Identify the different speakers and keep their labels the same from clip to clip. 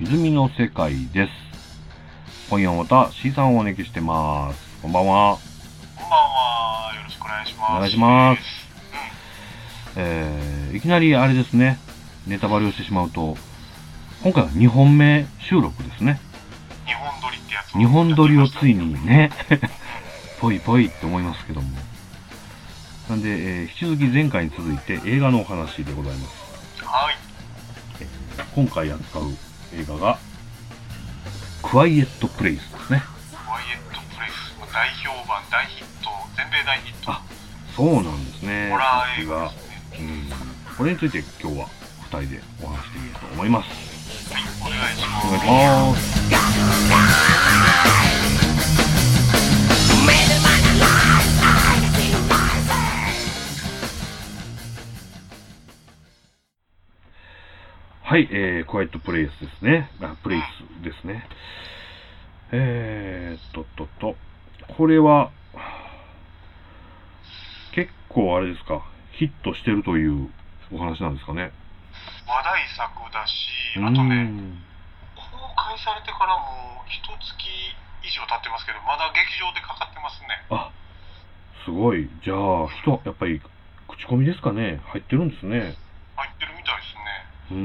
Speaker 1: 泉の世界です。今夜もまた C さんをお招きしてます。こんばんは。
Speaker 2: こんばんは。よろしくお願いします。
Speaker 1: お願いします
Speaker 2: う
Speaker 1: えー、いきなりあれですね、ネタバレをしてしまうと、今回は2本目収録ですね。
Speaker 2: ん。日本撮りってやつを
Speaker 1: 2本撮りをつい
Speaker 2: やってま
Speaker 1: にね、 ぽいぽいって思いますけども。なんで、えー引き続き前回に続いて映画のお話でございます。
Speaker 2: した。はい。
Speaker 1: 今回扱う映画が、クワイエットプレイスですね。
Speaker 2: クワイエットプレイスの大評判、大ヒット、全米大ヒット。
Speaker 1: あそうなんですね。
Speaker 2: ホラー映画
Speaker 1: さ
Speaker 2: です
Speaker 1: すがう
Speaker 2: ね。
Speaker 1: ん。これについて今日は2人でお話してみようと思います。
Speaker 2: はい、お願いし
Speaker 1: お
Speaker 2: ます。
Speaker 1: 願いします。はい、えー、クワイエットプレイスですね。あ、プレイスですね。えーっとっとっと、これは、結構あれですか、ヒットしてるというお話なんですかね。
Speaker 2: 話題作だし、あと
Speaker 1: う
Speaker 2: ね、
Speaker 1: ん
Speaker 2: 公開されてからもう一月以上経ってますけど、まだ劇場でかかってますね。
Speaker 1: あ、すごい。じゃあ、人、やっぱり、口コミですかね。入ってるんですね。
Speaker 2: 入ってるみたいです
Speaker 1: う
Speaker 2: ね。
Speaker 1: ー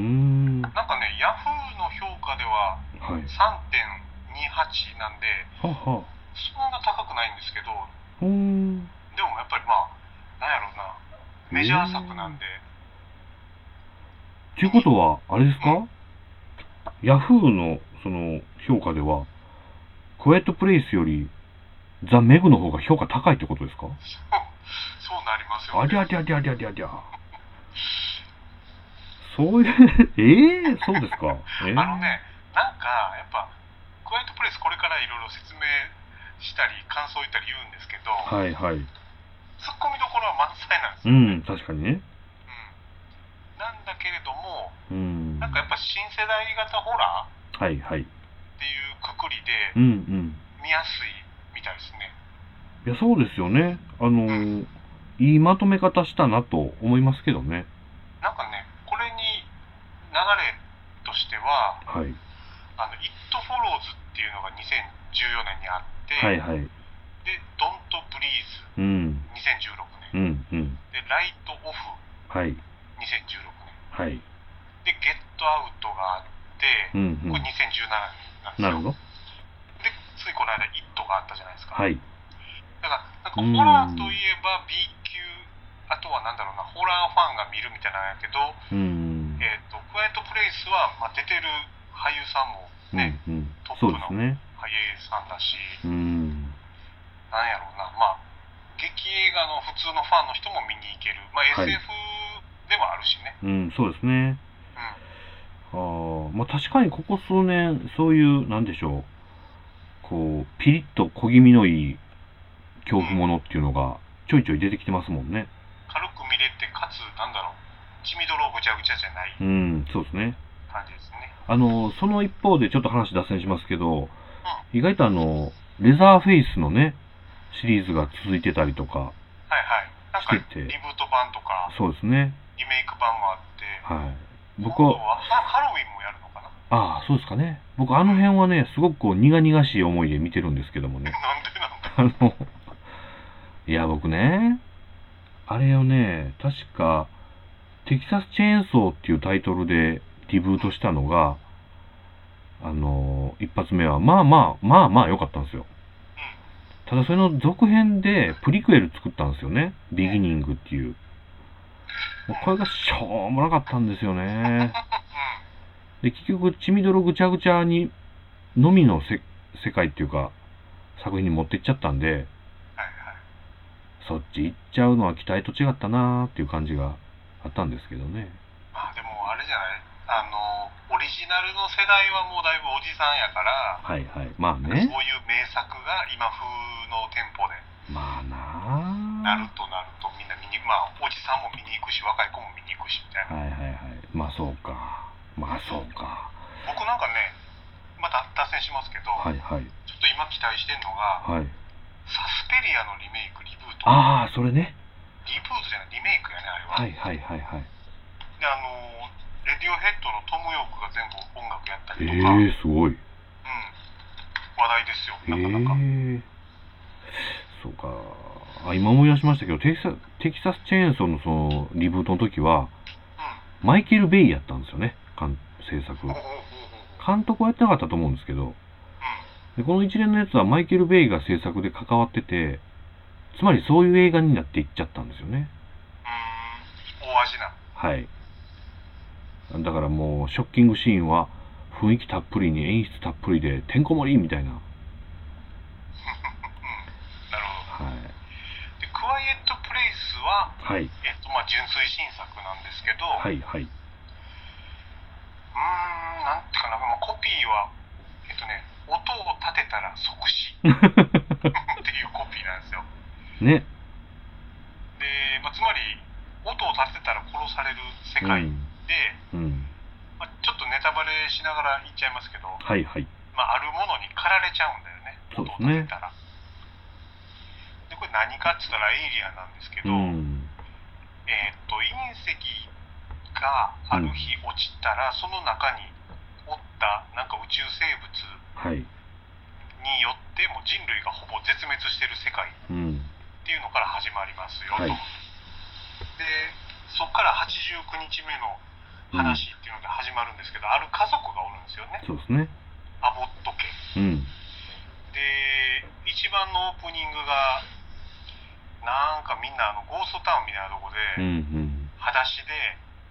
Speaker 1: ん。は。
Speaker 2: なんかね、ヤフーの評価では
Speaker 1: は
Speaker 2: い3.28なんで、
Speaker 1: あはあ。
Speaker 2: そんな高くないんですけど、
Speaker 1: うーん。
Speaker 2: でもやっぱりまあ、なんやろうな、メジャー作なんで、
Speaker 1: ということは、あれですかヤフーの、その、評価では、クワイエットプレイスより、ザ・メグの方が評価高いってことですか
Speaker 2: そうなりますよ、
Speaker 1: あり
Speaker 2: ね。
Speaker 1: ゃりゃりゃりゃりゃりゃ。そういう、ええそう ですか。ええ
Speaker 2: あのね、なんかやっぱ、クワイエットプレイス、これからいろいろ説明したり、感想言ったり言うんですけど、
Speaker 1: はいはい。
Speaker 2: ツッコミどころは満載なんです
Speaker 1: う
Speaker 2: よ、
Speaker 1: ん、確かにね。
Speaker 2: うんなんだけれども、
Speaker 1: うん。
Speaker 2: なんかやっぱ新世代型ホラー
Speaker 1: はいはい。
Speaker 2: っていうくくり
Speaker 1: う
Speaker 2: で
Speaker 1: んうん。
Speaker 2: 見やすいみたいですね。
Speaker 1: いや、そうですよね。あのーいいまとめ方したなと思いますけどね。
Speaker 2: なんかね、これに流れとしては、
Speaker 1: はい。
Speaker 2: あの、It Follows っていうのが2014年にあって、
Speaker 1: はいはい。
Speaker 2: で、Don't Breathe
Speaker 1: うん。
Speaker 2: 2016
Speaker 1: う
Speaker 2: 年、
Speaker 1: んうん。
Speaker 2: で、Light Off
Speaker 1: はい。
Speaker 2: 2016
Speaker 1: は
Speaker 2: 年、
Speaker 1: い。
Speaker 2: で、Get Out があって
Speaker 1: う、んう
Speaker 2: こ
Speaker 1: ん。
Speaker 2: れ2017年
Speaker 1: なる
Speaker 2: なん
Speaker 1: ほ
Speaker 2: で
Speaker 1: ど。
Speaker 2: すよ。で、ついこの間 It があったじゃないですか。
Speaker 1: はい。
Speaker 2: だから、なんかホラーといえば B 級、あとはなんだろうな、ホラーファンが見るみたいなんやけど、
Speaker 1: うん。
Speaker 2: えっ、と、クワイエットプレイスは、まあ、出てる俳優さんもね、
Speaker 1: うんうん
Speaker 2: トッ。
Speaker 1: そ
Speaker 2: プの
Speaker 1: うですね。
Speaker 2: 俳優さんだし、
Speaker 1: うん。
Speaker 2: なんやろうな、まあ、劇映画の普通のファンの人も見に行ける、まあ、
Speaker 1: はい
Speaker 2: SF でもあるしね、
Speaker 1: うん、そうですね。あーまあ確かにここ数年、そういう、なんでしょう。こう、ピリッと小気味のいい恐怖ものっていうのが、ちょいちょい出てきてますもんね。
Speaker 2: 軽く見れて、かつ、なんだろう、血みどろぐちゃぐちゃじゃない
Speaker 1: うん、そうですね。
Speaker 2: 感じですね。
Speaker 1: あの、その一方でちょっと話脱線しますけど、意外とあの、レザーフェイスのね、シリーズが続いてたりとか、
Speaker 2: はいはい。なんか、
Speaker 1: してて
Speaker 2: リブート版とか、
Speaker 1: そうですね。
Speaker 2: リメイク版もあって、
Speaker 1: はい。
Speaker 2: 今
Speaker 1: 僕
Speaker 2: 度
Speaker 1: は、
Speaker 2: はハハロウィンもやるのかな
Speaker 1: ああ、そうですかね。僕あの辺はね、すごくこう苦々しい思いで見てるんですけどもね。
Speaker 2: なんでなん
Speaker 1: あ
Speaker 2: だ
Speaker 1: の、いや僕ね、あれをね、確か、テキサスチェーンソーっていうタイトルでリブートしたのが、あの、一発目は、まあまあ、まあまあ良かったんですよ。ただそれの続編でプリクエル作ったんですよね。ビギニングっていう。もうこれがしょうもなかったんですよね。で、結局、血みどろぐちゃぐちゃに、のみのせ世界っていうか、作品に持っていっちゃったんで、
Speaker 2: はいはい。
Speaker 1: そっち行っちゃうのは期待と違ったなーっていう感じがあったんですけどね。
Speaker 2: まあ、でも、あれじゃないあの、オリジナルの世代はもうだいぶおじさんやから、
Speaker 1: はいはい。まあ
Speaker 2: そうい
Speaker 1: ね。
Speaker 2: う名作が今風の店舗で
Speaker 1: まあな
Speaker 2: な
Speaker 1: あ
Speaker 2: るとなるとみんな見にまあおじさんも見に行くし若い子も見に行くしみたい
Speaker 1: はい
Speaker 2: な
Speaker 1: はいはい。まあそうか。まあそうか。
Speaker 2: 僕なんかねまた脱線しますけど、
Speaker 1: はいはい。
Speaker 2: ちょっと今期待してるの
Speaker 1: は
Speaker 2: が
Speaker 1: い。
Speaker 2: サスペリアのリメイクリブート
Speaker 1: ああ、それね。
Speaker 2: リブートじゃないリメイクやねあれは、
Speaker 1: はいはいはいはい。
Speaker 2: であのーレディディオヘッドのトム・ヨークが全部音楽やった
Speaker 1: え
Speaker 2: りとか、うん、話
Speaker 1: ー、すごい。
Speaker 2: 題ですよ、
Speaker 1: え
Speaker 2: なかなか。
Speaker 1: ー、そうか。あ、今思い出しましたけど、テキサテキサスチェーンソーのそのリブートの時は、マイケル・ベイやったんですよね、監制作
Speaker 2: うん、おうおうおうおう
Speaker 1: を。監督はやってなかったと思うんですけど、でこの一連のやつはマイケル・ベイが制作で関わってて、つまりそういう映画になっていっちゃったんですよね。
Speaker 2: うん、大味な。
Speaker 1: はい。だからもう、ショッキングシーンは、雰囲気たっぷりに演出たっぷりで、てんこ盛りみたいな。
Speaker 2: なるほど。
Speaker 1: はい。
Speaker 2: で、クワイエット・プレイスは、
Speaker 1: はい。
Speaker 2: えっと、まあ、純粋新作なんですけど、
Speaker 1: はい、はい。
Speaker 2: うーん、なんていうかな、まあ、コピーは、えっとね、音を立てたら即死っていうコピーなんですよ。
Speaker 1: ね。
Speaker 2: で、まあ、つまり、音を立てたら殺される世界で、
Speaker 1: うん。うん。
Speaker 2: まあ、ちょっとネタバレしながら言っちゃいますけど、
Speaker 1: はい、はい。
Speaker 2: まあ、あるものに駆られちゃうんだよね、
Speaker 1: そう
Speaker 2: 音
Speaker 1: で
Speaker 2: を
Speaker 1: すね
Speaker 2: 立てたら。でこれ何かって言ったらエイリアンなんですけ
Speaker 1: う
Speaker 2: ど、
Speaker 1: ん。
Speaker 2: えーっと隕石がある日落ちたら、その中におったなんか宇宙生物
Speaker 1: はい。
Speaker 2: によってもう人類がほぼ絶滅してる世界っ
Speaker 1: うん。
Speaker 2: ていうのから始まりますよ
Speaker 1: はい
Speaker 2: と、でそこから89日目の話っていうのが始まるんですけど、ある家族がおるんですよね
Speaker 1: そうですね。
Speaker 2: アボット家
Speaker 1: うん。
Speaker 2: で一番のオープニングがなんかみんなあのゴーストタウンみたいなとこ
Speaker 1: うん、う
Speaker 2: で、
Speaker 1: ん。
Speaker 2: 裸足で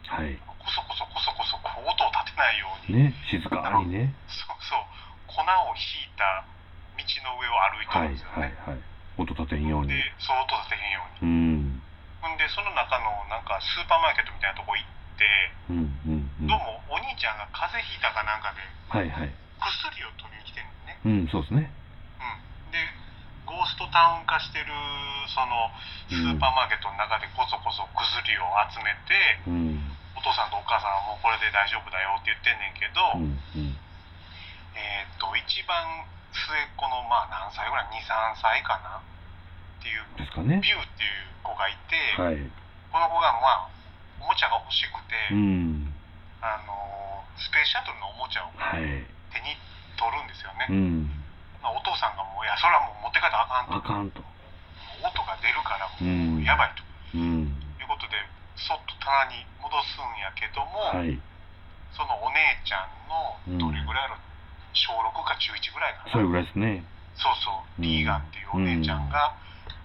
Speaker 1: はい。
Speaker 2: こそこそこそこそこう音を立てないように、
Speaker 1: ね。静かにね。
Speaker 2: そうそう粉をひいた道の上を歩いて
Speaker 1: はい、はい、
Speaker 2: るんですよ
Speaker 1: はい
Speaker 2: ね、。
Speaker 1: 音立てんように
Speaker 2: で。そう音立てへんよう
Speaker 1: う
Speaker 2: に
Speaker 1: ん。
Speaker 2: ほんでその中のなんかスーパーマーケットみたいなとこ行って
Speaker 1: うん、うん、うん。
Speaker 2: どうもお兄ちゃんが風邪ひいたかなんかで
Speaker 1: はい、はい。
Speaker 2: 薬を取りに来てるの
Speaker 1: う
Speaker 2: ね、
Speaker 1: ん、そうですね。
Speaker 2: うん、でゴーストタウン化してるそのスーパーマーケットの中でこそこそ薬を集めて、
Speaker 1: うん。
Speaker 2: お父さんとお母さんはもうこれで大丈夫だよって言ってんねんけ
Speaker 1: う
Speaker 2: ど、
Speaker 1: ん、うん。
Speaker 2: えーっと一番末っ子のまあ何歳ぐらい23歳かなっていう
Speaker 1: ですかね
Speaker 2: ビ。ューっていう子がいて、
Speaker 1: はい。
Speaker 2: この子がまあおもちゃが欲しくて、
Speaker 1: うん。
Speaker 2: あのースペースシャトルのおもちゃを
Speaker 1: はい。
Speaker 2: 手に取るんです
Speaker 1: う
Speaker 2: よね、
Speaker 1: ん。
Speaker 2: まあお父さんがもう「いやそれはもう持ってかなあかん」
Speaker 1: あ
Speaker 2: と
Speaker 1: かんと。
Speaker 2: 「音が出るから
Speaker 1: うん。
Speaker 2: もうやばい」
Speaker 1: う
Speaker 2: と
Speaker 1: ん。
Speaker 2: いうことでそっと棚に戻すんやけども、
Speaker 1: はい。
Speaker 2: そのお姉ちゃんのどれぐらいの、小6か中1ぐらいかな
Speaker 1: それぐらいですね。
Speaker 2: そうそう、リーガンっていうお姉ちゃんが、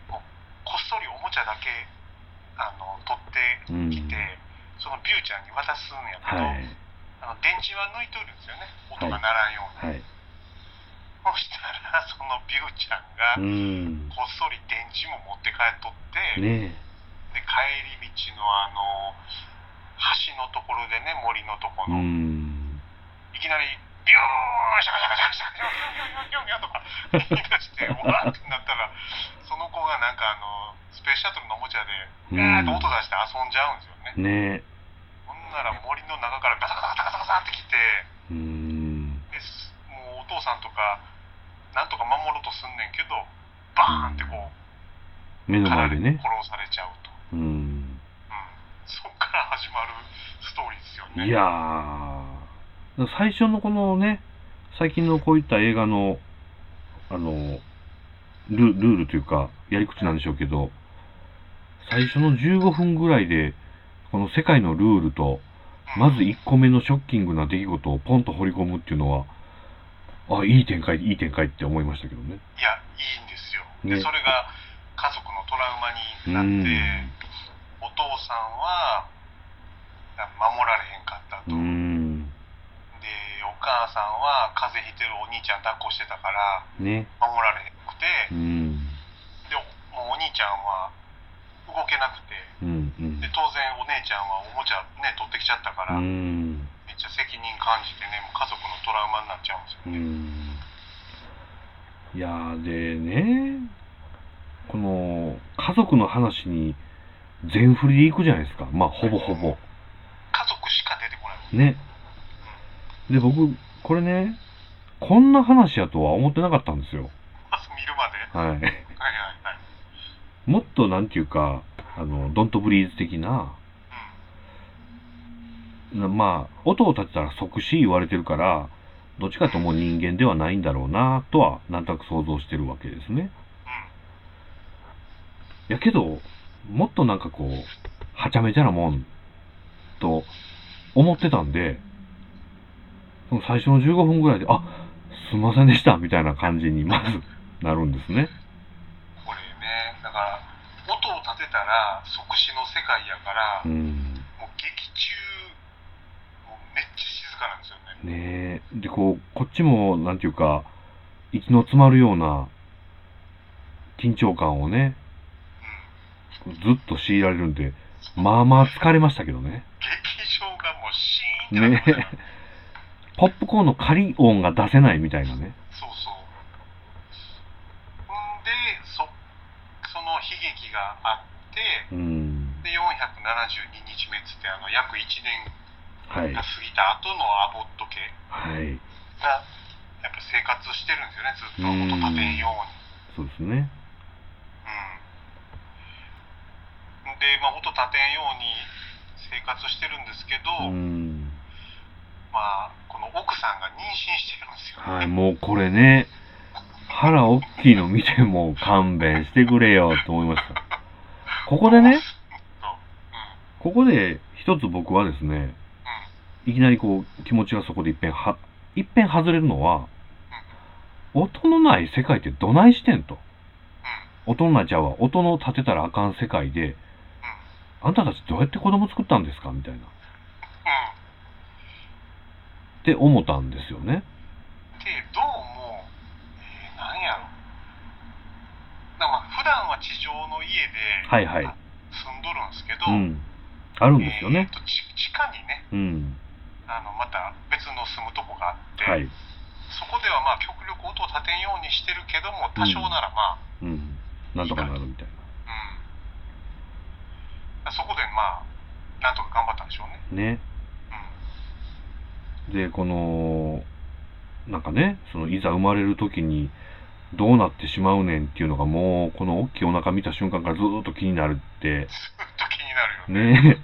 Speaker 2: もうこっそりおもちゃだけあの取って
Speaker 1: うん。
Speaker 2: きて、そのビューちゃんに渡すんやけど、
Speaker 1: はい。
Speaker 2: あの電池は抜いとるんですよね、
Speaker 1: はい
Speaker 2: 音がならん
Speaker 1: は
Speaker 2: ように。
Speaker 1: い。
Speaker 2: そしたら、そのビューちゃんが、
Speaker 1: うん。
Speaker 2: こっそり電池も持って帰っとって、
Speaker 1: ね
Speaker 2: で帰り道のあの橋のところでね、森のとこ
Speaker 1: え。う
Speaker 2: の、
Speaker 1: ん。
Speaker 2: いきなり、ビューン、シャカシャカシャカシャカ、ビュンビュンビュンビュンビュンビュンとか言い出して、わーってなったら、その子がなんかあの、スペースシャトルのおもちゃで、
Speaker 1: うん
Speaker 2: ガーッと音出して遊んじゃうんですよね。
Speaker 1: ね
Speaker 2: ほんなら森の中からガサガサガサガサガサって来て、
Speaker 1: え。うん。
Speaker 2: ですもうお父さんとか、なんとか守ろうとすんねんけど、バーンってこう、
Speaker 1: 目の前
Speaker 2: 体
Speaker 1: でね。
Speaker 2: に殺されちゃうと。
Speaker 1: うん。
Speaker 2: うんそっから始まるストーリーですよね。
Speaker 1: いやー。最初のこのね、最近のこういった映画の、あの、ルルールというか、やり口なんでしょうけど、最初の15分ぐらいで、この世界のルールと、
Speaker 2: うん、
Speaker 1: まず1個目のショッキングな出来事をポンと掘り込むっていうのは、あ、いい展開、いい展開って思いましたけどね。
Speaker 2: いや、いいんですよ。
Speaker 1: ね
Speaker 2: で、それが家族のトラウマになって、お父さんは守られへんかった
Speaker 1: う
Speaker 2: と、
Speaker 1: ー
Speaker 2: で
Speaker 1: ん。
Speaker 2: お母さんは風邪ひいてるお兄ちゃん抱っこしてたから
Speaker 1: ね。
Speaker 2: 守られへんくて
Speaker 1: う、ん。
Speaker 2: でもうお兄ちゃんは動けなくて
Speaker 1: うん。うん
Speaker 2: で当然お姉ちゃんはおもちゃね取ってきちゃったか
Speaker 1: う
Speaker 2: ら、
Speaker 1: ん。
Speaker 2: めっちゃ責任感じてねもう家族のトラウマになっちゃうんです
Speaker 1: う
Speaker 2: よね、
Speaker 1: ん。いやー、でね、この、家族の話に全振りで行くじゃないですか。まあ、ほぼほぼ。
Speaker 2: 家族しか出てこない
Speaker 1: ね。で、僕、これね、こんな話やとは思ってなかったんですよ。
Speaker 2: まず見るまでは
Speaker 1: はい。
Speaker 2: いはいは い、
Speaker 1: もっとなんていうか、あの、ドントブリーズ的な、
Speaker 2: うん、
Speaker 1: なまあ、音を立てたら即死言われてるから、どっちかともう人間ではないんだろうなとは、なんとなく想像してるわけですね。やけど、もっとなんかこう、はちゃめちゃなもん、と思ってたんで、その最初の15分ぐらいで、あすいませんでした、みたいな感じにまずなるんですね。
Speaker 2: これねだから音を立てたら即死の世界やから、
Speaker 1: うん。
Speaker 2: もう劇中もうめっちゃ静かなんですよね
Speaker 1: ねえ。で、こう、こっちも、なんていうか、息の詰まるような緊張感をね、
Speaker 2: うん
Speaker 1: ずっと強いられるんで、まあまあ疲れましたけどね。
Speaker 2: 劇場がもうシーンってなってますよね
Speaker 1: ポップコーンの仮音が出せないみたいなね。
Speaker 2: そうそうんでそその悲劇があって
Speaker 1: うん。
Speaker 2: で472日目っつってあの約1年
Speaker 1: はい
Speaker 2: が。過ぎた後のアボット家
Speaker 1: はい。
Speaker 2: がやっぱ生活してるんですよねずっと音立てんように。
Speaker 1: そうですね。
Speaker 2: うんで、まあ、音立てんように生活してるんですけ
Speaker 1: う
Speaker 2: ど、
Speaker 1: ん。
Speaker 2: まあ、この奥さんが妊娠してるんですよ、
Speaker 1: はい、
Speaker 2: ね。
Speaker 1: もうこれね、腹大きいの見ても勘弁してくれよと思いました。ここでね、
Speaker 2: そ
Speaker 1: こ
Speaker 2: う
Speaker 1: こで一つ僕はですね、いきなりこう気持ちがそこで一変は、一変外れるのは、音のない世界ってどないしてんと。音のないちゃうわ、音の立てたらあかん世界で、あんたたちどうやって子供作ったんですかみたいな。
Speaker 2: うん、
Speaker 1: って思ったんですよね。
Speaker 2: うん。で、どうも、えー、なんやろ。だからまあ普段は地上の家で
Speaker 1: はいはい。
Speaker 2: 住んどるんですけど、
Speaker 1: うん。あるんですよ
Speaker 2: え
Speaker 1: ね
Speaker 2: ー。と地地下にね
Speaker 1: うん。
Speaker 2: あのまた別の住むとこがあって、
Speaker 1: はい。
Speaker 2: そこではまあ極力音を立てんようにしてるけども多少ならまあ、
Speaker 1: うん。なんとかなるみたい
Speaker 2: うん、そこでまあなんとか頑張ったんでしょうね、
Speaker 1: な。ね。
Speaker 2: う
Speaker 1: でこのなんかねそのいざ生まれる時にどうなってしまうねんっていうのがもうこの大きいお腹見た瞬間からずーっと気になるって
Speaker 2: ん、ずっと気になるよね
Speaker 1: ね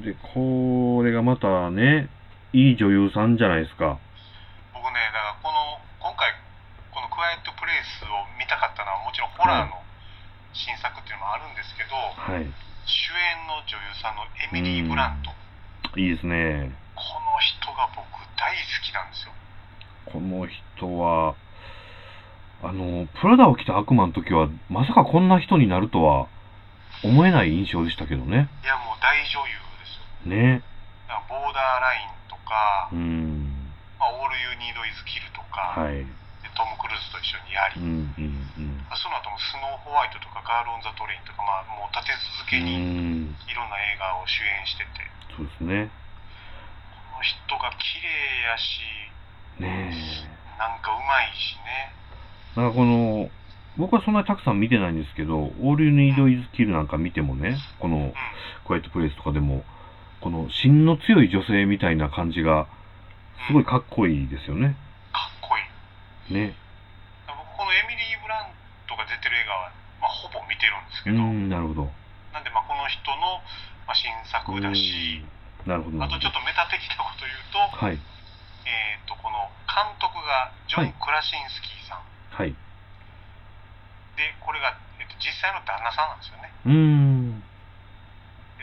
Speaker 2: う
Speaker 1: でこれがまたねいい女優さんじゃないですか
Speaker 2: ん僕ねだからこの今回この「クワイエット・プレイス」を見たかったのはもちろんホラーの新作っていうのもあるんですけど、
Speaker 1: はい
Speaker 2: 主演の女優さんのエミリー・ブラント、
Speaker 1: うんいいですね
Speaker 2: この人が僕大好きなんですよ
Speaker 1: この人はあのプラダを着た悪魔の時はまさかこんな人になるとは思えない印象でしたけどね
Speaker 2: いやもう大女優ですよ
Speaker 1: ね
Speaker 2: だからボーダーラインとか
Speaker 1: う、ん
Speaker 2: まあ、オール・ユー・ニード・イズ・キルとか、
Speaker 1: はい
Speaker 2: でトム・クルーズと一緒にやり
Speaker 1: うんうんうん
Speaker 2: その後もスノーホワイトとかガール・オン・ザ・トレインとか、まあ、もう立て続
Speaker 1: う
Speaker 2: けに
Speaker 1: ん
Speaker 2: いろんな映画を主演してて、
Speaker 1: そうですね
Speaker 2: この人が綺麗やし、
Speaker 1: ね
Speaker 2: なんかうまいしね、
Speaker 1: え。なんかこの、僕はそんなにたくさん見てないんですけど、オールユニードイズキルなんか見てもね、この
Speaker 2: うん、
Speaker 1: クワイエットプレイスとかでも、この芯の強い女性みたいな感じが、すごい
Speaker 2: か
Speaker 1: かっこいいですよね。
Speaker 2: っこいい。
Speaker 1: ね。
Speaker 2: 僕、このエミリー・ブラントが出てる映画は、まあ、ほぼ見てるんです
Speaker 1: う
Speaker 2: けど、
Speaker 1: ん、なるほど。
Speaker 2: なんで、まあ、この人の、まあ、新作だし、
Speaker 1: うんなるほど。
Speaker 2: あとちょっ
Speaker 1: と。
Speaker 2: とメタ的なこと言うと、
Speaker 1: はい。
Speaker 2: えー、とこの監督がジョン・クラシンスキーさん、
Speaker 1: はい。
Speaker 2: で、これが、えっと、実際の旦那さんなんですよね。
Speaker 1: うーん。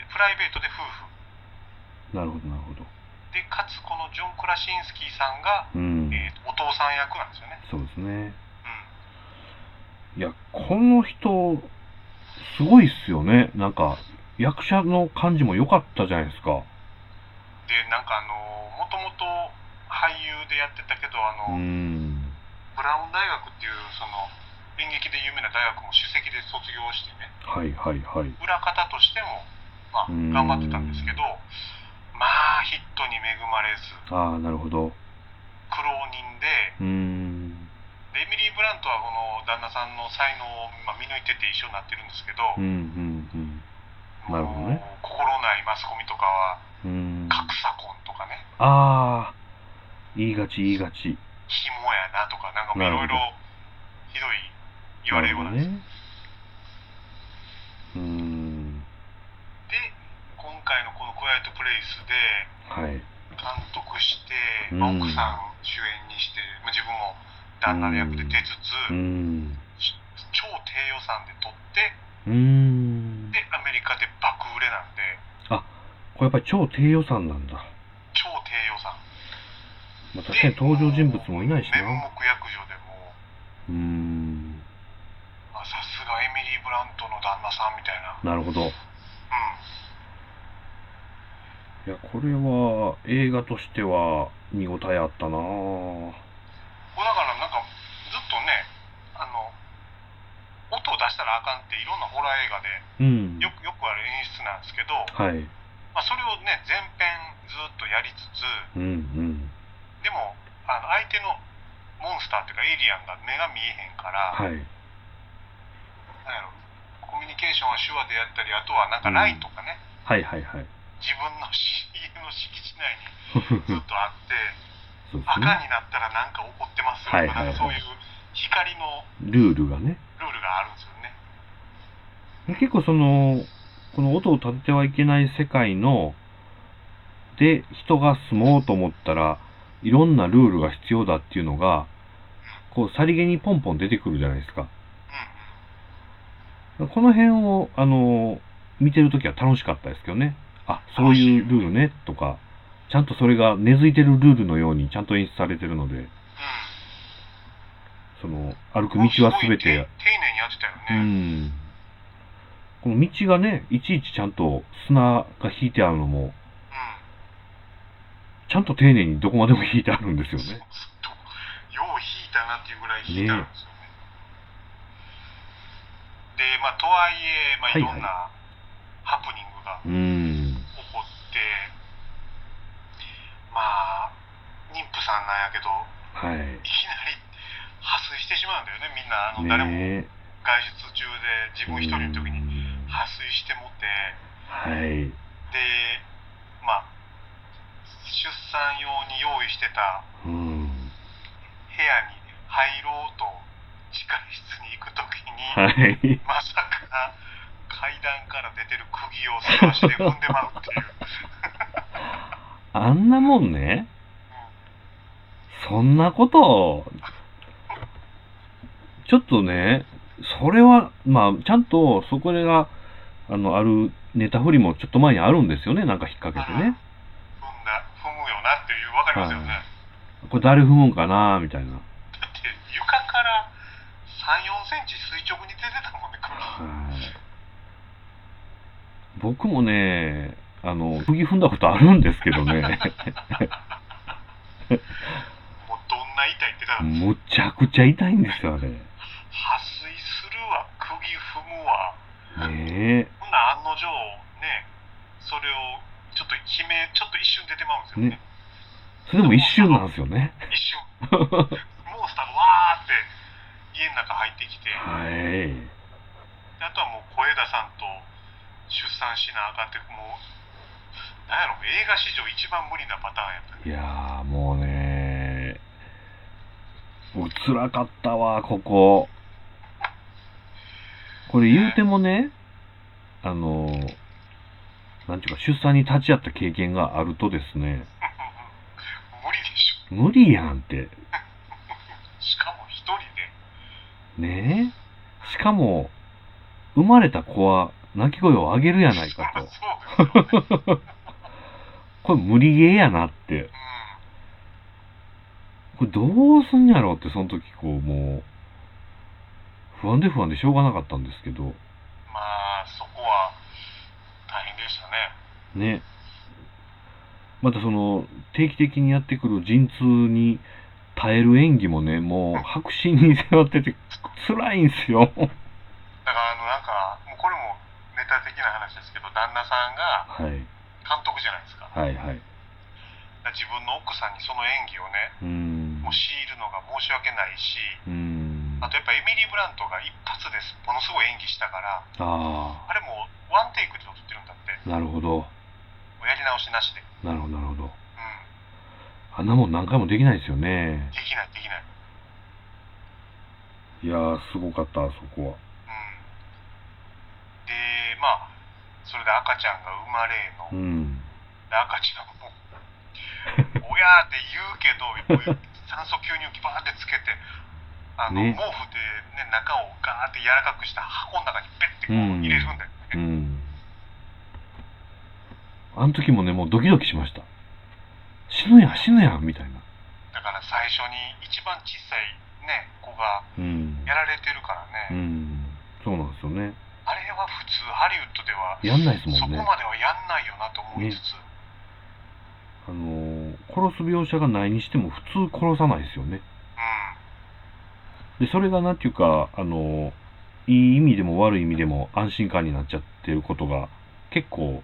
Speaker 2: でプライベートで夫婦。
Speaker 1: なるほど、なるほど。
Speaker 2: でかつこのジョン・クラシンスキーさんが、
Speaker 1: うん。
Speaker 2: えーとお父さん役なんですよね、
Speaker 1: そうですね。
Speaker 2: う
Speaker 1: いや、この人、すごいっすよね。なんか、役者の感じも良かったじゃないですか。
Speaker 2: ん、でなんかあのもともと俳優でやってたけどあ
Speaker 1: うー
Speaker 2: の、
Speaker 1: ん。
Speaker 2: ブラウン大学っていうその演劇で有名な大学も首席で卒業してね
Speaker 1: はいはいはい。
Speaker 2: 裏方としても、まあ、
Speaker 1: うん
Speaker 2: 頑張ってたんですけどまあヒットに恵まれず
Speaker 1: ああ、なるほど。
Speaker 2: 苦労人で
Speaker 1: うーん。
Speaker 2: でエミリー・ブラントはこの旦那さんの才能を、まあ、見抜いてて一緒になってるんですけど、
Speaker 1: うんうんなるほどね
Speaker 2: もう心ないマスコミとかは
Speaker 1: うん。うーん。
Speaker 2: 格差婚とかね
Speaker 1: ああ、言いがち言いがち。
Speaker 2: 紐やなとかなんかい
Speaker 1: なる
Speaker 2: ろ
Speaker 1: ほ
Speaker 2: い
Speaker 1: ど
Speaker 2: ろひどい言われるようなんです、
Speaker 1: なるほどね。うーん。
Speaker 2: で今回のこの「クワイエット・プレイス」
Speaker 1: は
Speaker 2: で
Speaker 1: い。
Speaker 2: 監督し
Speaker 1: う
Speaker 2: て、
Speaker 1: ん
Speaker 2: まあ奥さん主演にして、まあ、自分も旦那の役で出つつ、
Speaker 1: うん。
Speaker 2: 超低予算で撮って
Speaker 1: うーん。
Speaker 2: でアメリカで爆売れなんで
Speaker 1: これやっぱり超低予算なんだ。
Speaker 2: 超低予算
Speaker 1: まあ、確かに登場人物もいないし
Speaker 2: 面
Speaker 1: な。
Speaker 2: 目役所でも
Speaker 1: うーん。
Speaker 2: うあさすがエミリー・ブラントの旦那さんみたいなう
Speaker 1: なる
Speaker 2: ん
Speaker 1: ほど。
Speaker 2: う
Speaker 1: いや、これは映画としては見応えあったなぁ。
Speaker 2: だからなんかずっとねあの音を出したらあかんっていろんなホラー映
Speaker 1: うん。
Speaker 2: 画でよくよくある演出なんですけど、
Speaker 1: はい。
Speaker 2: まあ、それをね前編ずっとやりつつ
Speaker 1: うんうん。
Speaker 2: でもあの相手のモンスターっていうかエイリアンが目が見えへんから、
Speaker 1: はい。
Speaker 2: なんやろコミュニケーションは手話でやったりあとはなんか LINE とかね、
Speaker 1: はいはいはい。
Speaker 2: 自分のし家の敷地内に
Speaker 1: そうで
Speaker 2: ずっとあって
Speaker 1: すね。
Speaker 2: 赤になったらなんか怒ってますよとか、
Speaker 1: はいはいはい
Speaker 2: なんかそういう光の
Speaker 1: ルールがね。
Speaker 2: ルールがあるんですよね。
Speaker 1: 結構その、この音を立ててはいけない世界の、で、人が住もうと思ったら、いろんなルールが必要だっていうのが、こう、さりげにポンポン出てくるじゃないですか。この辺を、あの、見てるときは楽しかったですけどね。あ、そういうルールね、とか、ちゃんとそれが根付いてるルールのようにちゃんと演出されてるので、その、歩く
Speaker 2: うんうん、
Speaker 1: 道はすべ
Speaker 2: すごい
Speaker 1: て、
Speaker 2: 丁丁寧にやってたよ
Speaker 1: う
Speaker 2: ね。
Speaker 1: ん。この道がね、いちいちちゃんと砂が引いてあるのも、
Speaker 2: う
Speaker 1: ちゃんと丁寧にどこまでも引いてあるんです
Speaker 2: ん
Speaker 1: よ
Speaker 2: そう
Speaker 1: ね。
Speaker 2: そうよう引いたなっていうぐらい引いたんですよね。でまあ、とはいえ、まあ、
Speaker 1: はいい
Speaker 2: ろ
Speaker 1: はい
Speaker 2: んなハプニングが
Speaker 1: うん。
Speaker 2: 起こって、まあ妊婦さんなんやけど
Speaker 1: はい。
Speaker 2: いきなり破水してしまうんだよねみんなあの、誰も
Speaker 1: ねえ。
Speaker 2: 外出中で自分一人の時に
Speaker 1: うん
Speaker 2: 破水してもって
Speaker 1: はい。
Speaker 2: でまあ出産用に用意してた
Speaker 1: うん。
Speaker 2: 部屋に入ろうと地下室に行く時
Speaker 1: は
Speaker 2: に、
Speaker 1: い。
Speaker 2: まさか階段から出てる釘を素足で踏んでまうっていう
Speaker 1: あんなもんね、そんなこと、ちょっとね、それは、まあ、ちゃんと、そこが、あの、ある、ネタ振りもちょっと前にあるん ですよね、なんか引っ掛けてね。
Speaker 2: 踏んだ踏むよなっていう分かりますよね。
Speaker 1: はいこれ誰踏むんかな、みたいな。
Speaker 2: だって床から3 4センチ垂直に出てたもんね黒い
Speaker 1: はい僕もね、あの、釘踏んだことあるんですけどね、
Speaker 2: もうどんな痛いってだから
Speaker 1: むちゃくちゃ痛いんですよ、あれ。
Speaker 2: 破水するわ釘踏むわ
Speaker 1: ね
Speaker 2: ほんなら案の定ねそれをちょっと悲鳴ちょっと一瞬出てまうんですよね
Speaker 1: ねえ。それでも一瞬なんですよね。
Speaker 2: 一瞬モンスターがわーって家の中入ってきて
Speaker 1: はい。
Speaker 2: であとはもう小枝さんと出産しなあかんってもうなんやろ映画史上一番無理なパターンや
Speaker 1: いや
Speaker 2: ったね
Speaker 1: ーもうねもう辛かったわこここれ言うてもねあのなんていうか出産に立ち会った経験があるとですね
Speaker 2: 無理でし
Speaker 1: 無理
Speaker 2: ょ
Speaker 1: やんって
Speaker 2: しかも一人で
Speaker 1: ねえしかも生まれた子は泣き声を上げるやないかと
Speaker 2: そうですよね、
Speaker 1: これ無理ゲーやなって
Speaker 2: う
Speaker 1: これどうすんやろうってその時こうもう不安で不安でしょうがなかったんですけど
Speaker 2: ん、 まあそこは大変でしたね
Speaker 1: ね。またその、定期的にやってくる陣痛に耐える演技もね、もう白真に背負ってて辛いんすよ。
Speaker 2: だからあのなんかもうこれもネタ的な話ですけど旦那さんが
Speaker 1: はい。
Speaker 2: 監督じゃないですかだか
Speaker 1: はいはい。
Speaker 2: ら自分の奥さんにその演技をね
Speaker 1: うーん
Speaker 2: もう。強いるのが申し訳ないし
Speaker 1: うーん。
Speaker 2: あとやっぱエミリー・ブラントが一発ですものすごい演技したから
Speaker 1: あ
Speaker 2: あれもうワンテイクで撮ってるんだって
Speaker 1: あ、なるほど。
Speaker 2: もうやり直しなしで、う
Speaker 1: なるほど、なるほど。
Speaker 2: ん、
Speaker 1: あんなもん何回もできないですよね。
Speaker 2: できないできない、う
Speaker 1: いやー、すごかった、そこは。
Speaker 2: ん、でまあそれで赤ちゃんが生まれの
Speaker 1: う、ん。
Speaker 2: で赤ちゃんも 「おや」って言うけどこういう酸素吸入器バーってつけてあの、
Speaker 1: ね
Speaker 2: 毛布で、ね、中をガーって柔らかくした箱の中にペッてこう入れるんだよ
Speaker 1: う
Speaker 2: ね、
Speaker 1: ん。あの時もね、もうドキドキしました。死ぬやん、死ぬやん、みたいな。
Speaker 2: だから最初に一番小さい、ね、子が
Speaker 1: うん。
Speaker 2: やられてるから
Speaker 1: う
Speaker 2: ね、
Speaker 1: ん。そうなんですよね。
Speaker 2: あれは普通ハリウッドでは
Speaker 1: やんないです
Speaker 2: そ
Speaker 1: もん
Speaker 2: こ
Speaker 1: ね。
Speaker 2: まではやんないよなと思いつつ、
Speaker 1: あのー殺す描写がないにしても普通殺さないですよね。で、それがなんていうか、あのーいい意味でも悪い意味でも安心感になっちゃってることが結構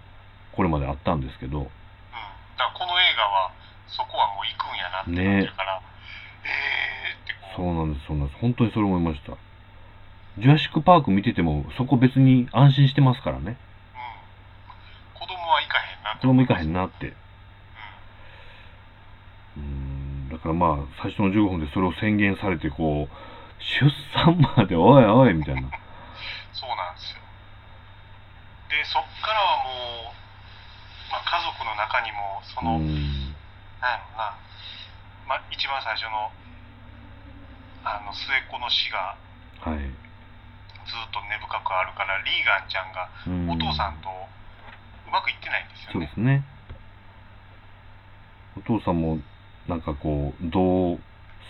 Speaker 1: これまであったんですけど、
Speaker 2: うんうん、だからこの映画はそこはもう行くんやなってなってるから、えーって
Speaker 1: そ
Speaker 2: こう
Speaker 1: うなんです、そうなんです。本当にそれ思いました。ジュラシック・パーク見てても、そこ別に安心してますからね。
Speaker 2: うん、子供は行かへんな
Speaker 1: 子供いかへ
Speaker 2: うん
Speaker 1: んなって。うーん、だからまあ、最初の15分でそれを宣言されて、こう、出産までおいおいみたいな。
Speaker 2: そうなんですよでそっからはもう、まあ、家族の中にもそうの、
Speaker 1: ん。
Speaker 2: なんやろな、まあ、一番最初のあの末っ子の死が
Speaker 1: はい。
Speaker 2: ずっと根深くあるからリーガンちゃんが
Speaker 1: う
Speaker 2: お父さんとうまくいってないんです
Speaker 1: そう
Speaker 2: よ
Speaker 1: で
Speaker 2: ね、
Speaker 1: すね。お父さんも、なんかこう、どう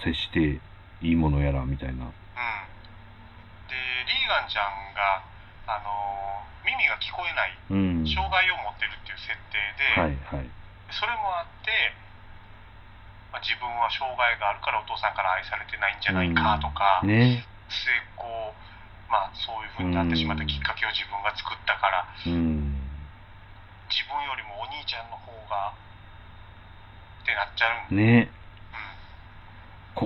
Speaker 1: 接していいものやらみたいな。
Speaker 2: うん、でリーガンちゃんがあのー耳が聞こえない
Speaker 1: うん。
Speaker 2: 障害を持ってるっていう設定で、
Speaker 1: はいはい。
Speaker 2: それもあって、まあ、自分は障害があるからお父さんから愛されてないんじゃないかとか、
Speaker 1: ね。
Speaker 2: 末っ子を、まあ、そういうふうになってしまったきっかけを自分が作ったから、
Speaker 1: うん。
Speaker 2: 自分よりもお兄ちゃんの方がってなっちゃうん
Speaker 1: ね。
Speaker 2: で、う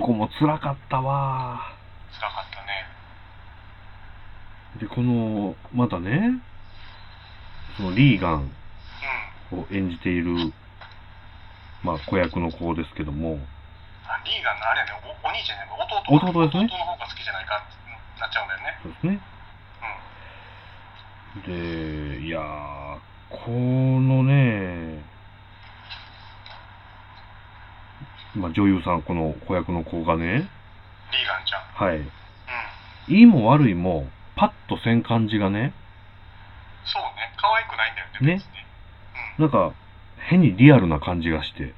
Speaker 1: こ
Speaker 2: ん、
Speaker 1: こも辛かったわ
Speaker 2: つらかったね。
Speaker 1: でこのまたねそのリーガン
Speaker 2: うん
Speaker 1: を演じているまあ子役の子ですけども
Speaker 2: あリーガンのあれやねおお兄ちゃんじゃない弟
Speaker 1: 弟ですね
Speaker 2: 弟の方が好きじゃないかってなっちゃうんだよね
Speaker 1: そうですね
Speaker 2: う
Speaker 1: でいやーこのねまあ女優さんこの子役の子がね
Speaker 2: んリーガンちゃん
Speaker 1: はい
Speaker 2: うん
Speaker 1: いいも悪いもパッとせん感じがね
Speaker 2: そうね可愛くないんだよ
Speaker 1: ね
Speaker 2: ね別にうん
Speaker 1: なんか変にリアルな感じがして
Speaker 2: ね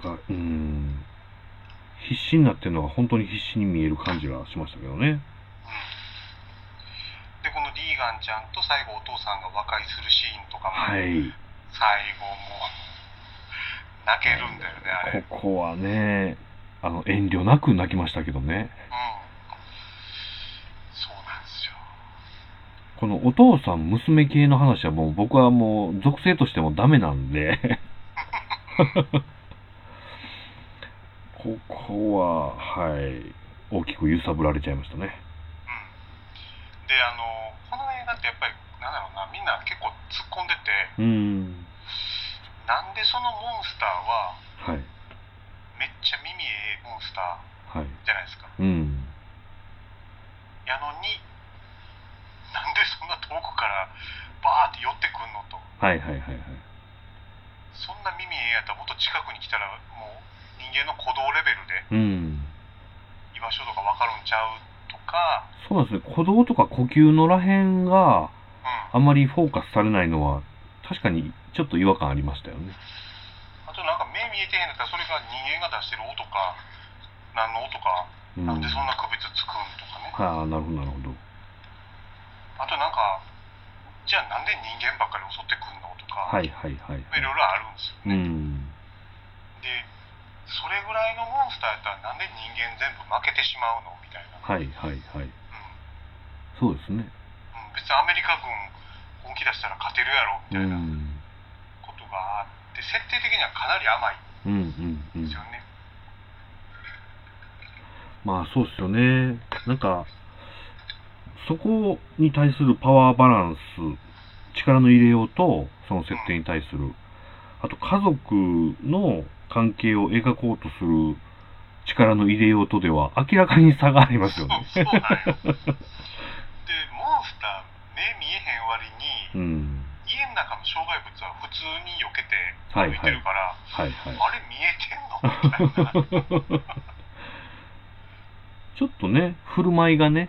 Speaker 1: なんか、うーん、必死になってるのが本当に必死に見える感じがしましたけどね。
Speaker 2: うんでこのリーガンちゃんと最後お父さんが和解するシーンとかも、
Speaker 1: はい。
Speaker 2: 最後もう泣けるんだよねあれ、うん、
Speaker 1: ここはね、あの、遠慮なく泣きましたけどね。
Speaker 2: そうなんですよ
Speaker 1: このお父さん、娘系の話はもう僕はもう属性としてもダメなん で。ここは、はい、大きく揺さぶられちゃいましたね。
Speaker 2: うんであのこの映画ってやっぱりなんだろうなみんな結構突っ込んでて
Speaker 1: うーん。
Speaker 2: なんでそのモンスターは
Speaker 1: はい。
Speaker 2: めっちゃ耳ええモンスタ
Speaker 1: は
Speaker 2: ー
Speaker 1: い。
Speaker 2: じゃないですか
Speaker 1: うん。
Speaker 2: やのになんでそんな遠くからバーって寄ってくんのと
Speaker 1: はいはいはいはい。
Speaker 2: そんな耳ええやったらもっと近くに来たらもう人間の鼓動レベルで
Speaker 1: うん。
Speaker 2: 居場所とか分かるんちゃうとか、
Speaker 1: そうなんですね。鼓動とか呼吸のらへんが、
Speaker 2: うん、あ
Speaker 1: あまりフォーカスされないのは、確かにちょっと違和感ありましたよね。
Speaker 2: となんか目見えてへんだったらそれが人間が出してる音か何の音か
Speaker 1: う
Speaker 2: なんでそんな区別つくんとかね
Speaker 1: ああ、なるほど、なるほど。
Speaker 2: あとなんかじゃあなんで人間ばっかり襲ってくんのとか、
Speaker 1: はいいはいはい。
Speaker 2: ろいろあるんです
Speaker 1: う
Speaker 2: よね、
Speaker 1: ん。
Speaker 2: でそれぐらいのモンスターやったらなんで人間全部負けてしまうのみたいな、
Speaker 1: はいはいはい。
Speaker 2: うん
Speaker 1: そうですね。
Speaker 2: うん、別にアメリカ軍本気出したら勝てる
Speaker 1: う。
Speaker 2: やろみたいなんことがあって、設定的にはかなり甘いん
Speaker 1: うんうんう
Speaker 2: で
Speaker 1: ん
Speaker 2: す。よね、
Speaker 1: まあそうですよね。なんか、そこに対するパワーバランス、力の入れようと、その設定に対する、あと家族の関係を描こうとする力の入れようとでは、明らかに差がありますよね。
Speaker 2: そうそうなんよだでモンスター目見えへん割
Speaker 1: う
Speaker 2: に
Speaker 1: ん。
Speaker 2: 家の中の障害物は普通に避けて
Speaker 1: はい
Speaker 2: 浮いてるから、
Speaker 1: はいはい。
Speaker 2: あれ見えてんのみたいな、うん、
Speaker 1: ちょっとね、振る舞いがね。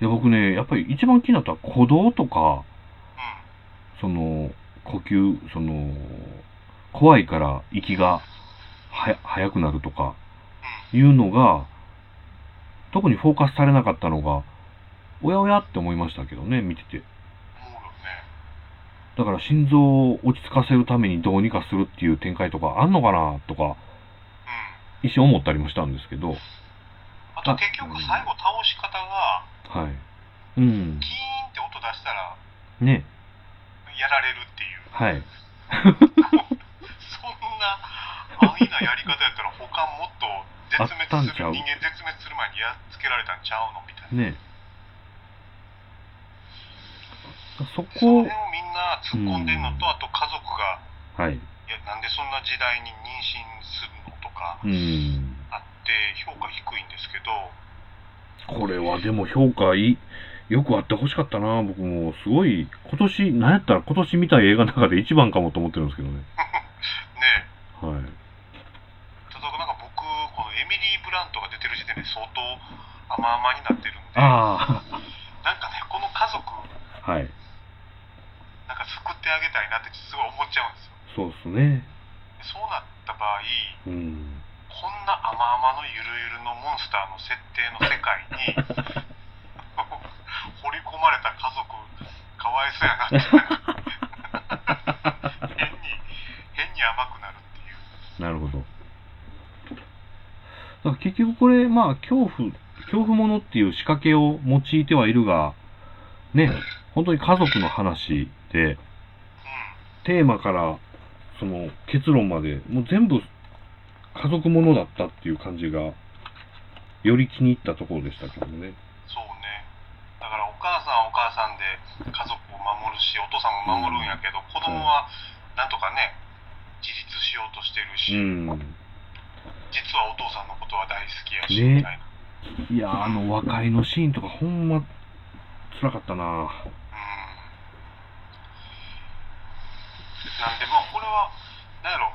Speaker 2: う
Speaker 1: で、僕ね、やっぱり一番気になったのは鼓動とか、
Speaker 2: ん、
Speaker 1: その、呼吸、その、怖いから息がはや早くなるとか、いうのが、特にフォーカスされなかったのが、おやおやって思いましたけどね、見てて。
Speaker 2: 思うよね
Speaker 1: だから心臓を落ち着かせるためにどうにかするっていう展開とかあんのかなとか、
Speaker 2: うん
Speaker 1: 一瞬思ったりもしたんですけど、
Speaker 2: あと結局最後倒し方が
Speaker 1: はい。うん。
Speaker 2: キーンって音出したら
Speaker 1: ね。
Speaker 2: やられるっていう
Speaker 1: はい。
Speaker 2: そんな安易なやり方やったら他もっと絶滅
Speaker 1: あったん
Speaker 2: す
Speaker 1: ちゃ
Speaker 2: る
Speaker 1: う
Speaker 2: 人間絶滅する前にやっつけられたんちゃうのみたいな、
Speaker 1: ね。そ
Speaker 2: そ
Speaker 1: こ
Speaker 2: の、辺をみんな突っ込んでんの
Speaker 1: う
Speaker 2: と、
Speaker 1: ん
Speaker 2: あと家族が
Speaker 1: はい。
Speaker 2: いやなんでそんな時代に妊娠するのとか
Speaker 1: うん。
Speaker 2: あって評価低いんですけど
Speaker 1: これはでも評価いいよくあってほしかったな。僕もすごい、今年、なんやったら今年見た映画の中で一番かもと思ってるんですけどね。は
Speaker 2: ね
Speaker 1: い。
Speaker 2: ただなんか僕このエミリー・ブラントが出てる時点で相当甘々になってるんでな
Speaker 1: あ
Speaker 2: んかねこの家族
Speaker 1: あ。はい。
Speaker 2: なんか救ってあげたいなってすごい思っちゃうんですよ
Speaker 1: そうっすね。
Speaker 2: でそうなった場合
Speaker 1: うん。
Speaker 2: こんな甘々のゆるゆるのモンスターの設定の世界 に掘り込まれた家族かわいそうやなって変に変に甘くなるっていう
Speaker 1: なるほど。だから結局これ、まあ、恐怖、恐怖ものっていう仕掛けを用いてはいるが、ね、本当に家族の話で、
Speaker 2: う
Speaker 1: テーマからその結論まで、もう全部家族ものだったっていう感じが、より気に入ったところでしたけどね。
Speaker 2: んそうねだからお母さんはお母さんで家族を守るしお父さんも守るんやけど子供はなんとかね自立しようとしてる
Speaker 1: う
Speaker 2: し、
Speaker 1: ん。
Speaker 2: 実はお父さんのことは大好きやし、
Speaker 1: ね
Speaker 2: みたいな、
Speaker 1: いやー、あの和解のシーンとか、ほんま、辛かったな
Speaker 2: うんなんでまあこれはなんやろ